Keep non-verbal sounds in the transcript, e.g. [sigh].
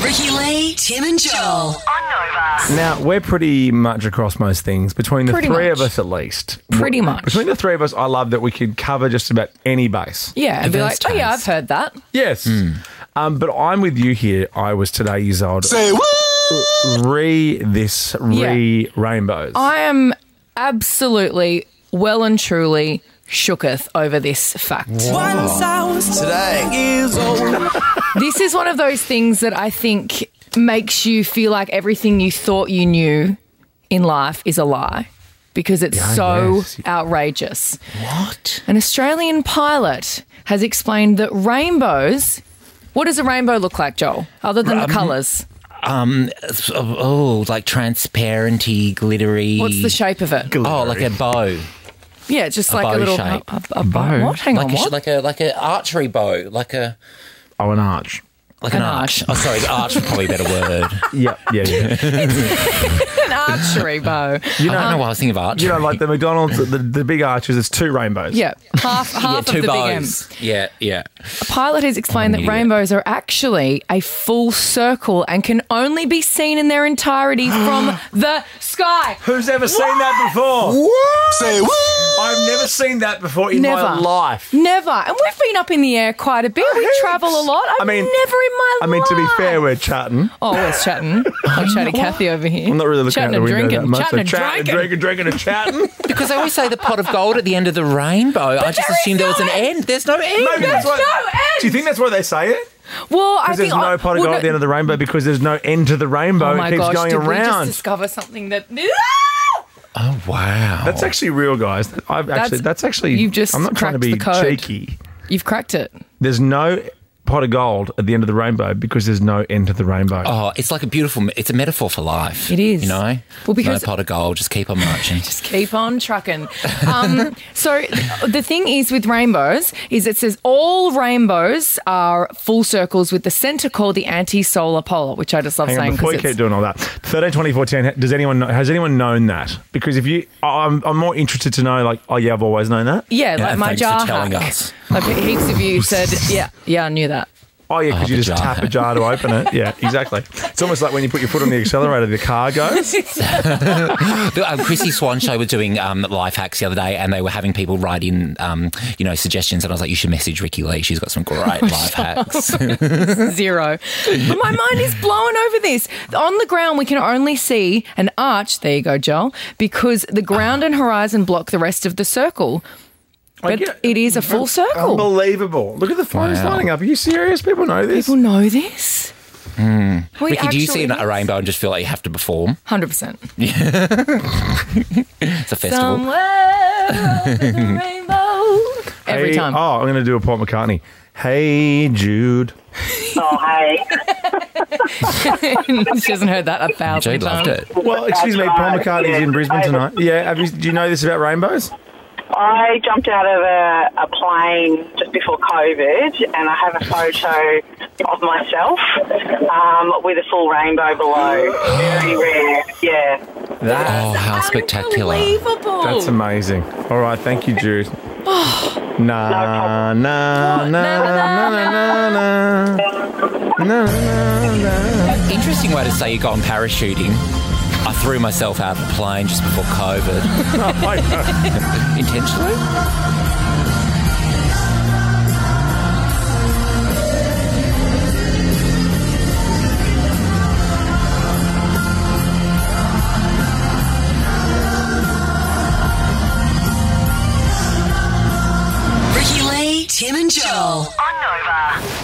Ricky Lee, Tim and Joel. Now, we're pretty much across most things, between the Pretty three much. of us at least. Pretty much. Between the three of us, I love that we could cover just about any base. Yeah, and be like, Advanced oh yeah, I've taste. heard that. Yes. Um, but I'm with you here. I was today years old. Say what? Re this, re rainbows. I am absolutely, well and truly shooketh over this fact. Today. [laughs] This is one of those things that I think makes you feel like everything you thought you knew in life is a lie because it's so yes. outrageous. What? An Australian pilot has explained that rainbows. What does a rainbow look like, Joel? Other than the colours, Oh, oh, like transparenty, glittery. what's the shape of it? Oh, like a bow, Yeah, it's just like a bow little shape. A, a- a bow. What? Hang like on, a, what? like a like a archery bow, like a oh, an arch. like An an, arch. arch. Oh, sorry, the arch is probably a [laughs] better word. Yeah, yeah, yeah. [laughs] an archery bow. You I don't know why I was thinking of arch. you know, like the McDonald's, the, the big arches, it's two rainbows. Yeah, [laughs] half half yeah, of two the big M. bows. Yeah, yeah. Pilot has explained I'm that an idiot. rainbows are actually a full circle and can only be seen in their [gasps] entirety from the sky. Who's ever seen that before? Say what? I've never seen that before in my Never. life. Never. And we've been up in the air quite a bit. We heaps. travel a lot. I've I mean- never in my I mean, to be life. fair, we're chatting. Oh, we're chatting. [laughs] I'm chatting Kathy over here. I'm not really looking chatting out the and window drinking. that much. Chatting and so drinking. drinking, drinking, [laughs] and chatting. Because I always say the pot of gold at the end of the rainbow. I just there is assumed there was no an end. end. There's no end. Maybe that's why. no end. Do you think that's why they say it? Well, I Because think there's no pot of gold at the end of the rainbow because there's no end to the rainbow. Oh it my keeps gosh! going did we around. just discover something that? [laughs] Oh wow. That's actually real, guys. That- I've actually. That's, That's- actually. you've just I'm not trying to cracked be the code. cheeky. You've cracked it. There's no pot of gold at the end of the rainbow because there's no end to the rainbow. Oh, it's like a beautiful. It's a metaphor for life. It is. You know. Well, because- no pot of gold, just keep on marching. [laughs] Just keep [laughs] on trucking. Um, so the thing is with rainbows is it says all rainbows are full circles with the centre called the anti-solar polar, which I just love Hang on, saying before you it's- keep doing all that, 13, 20, 14, does anyone know, has anyone known that? Because if you, I'm, I'm more interested to know, like, oh yeah, I've always known that. yeah, like my thanks jar for telling hack. us. Like heaps of you [laughs] said, yeah, yeah, I knew that. [laughs] Oh yeah, because Oh, you the just jar. tap a jar to open it. Yeah, exactly. It's almost like when you put your foot on the accelerator, the car goes. The, um, Chrissy Swan show was doing um, life hacks the other day, and they were having people write in, um, you know, suggestions. And I was like, you should message Ricky Lee. She's got some great life hacks. zero. But my mind is blown over this. On the ground, we can only see an arch. There you go, Joel, because the ground and horizon block the rest of the circle. But get- it is a full circle. Unbelievable. Look at the phones Wow. lining up. Are you serious? People know this. People know this. We Ricky, Hmm. do you see actually- an, a rainbow and just feel like you have to perform? 100%. It's a festival. Somewhere over [laughs] the rainbow. Every Hey- time. Oh, I'm going to do a Paul McCartney. Hey, Jude. Oh, hey. oh. [laughs] she hasn't heard that a thousand Jade times. loved it. Well, excuse me, Paul McCartney's in Brisbane tonight. Yeah, have you, do you know this about rainbows? I jumped out of a, a plane just before COVID, and I have a photo of myself um, with a full rainbow below. Very rare. Yeah. That, Oh, how spectacular. Unbelievable. That's amazing. All right, thank you, Jude. Na na na na na na na. Na, na, na, na. Interesting way to say you go on parachuting. I threw myself out of a plane just before COVID. I know. Intentionally? Ricky Lee, Tim and Joel. On Nova.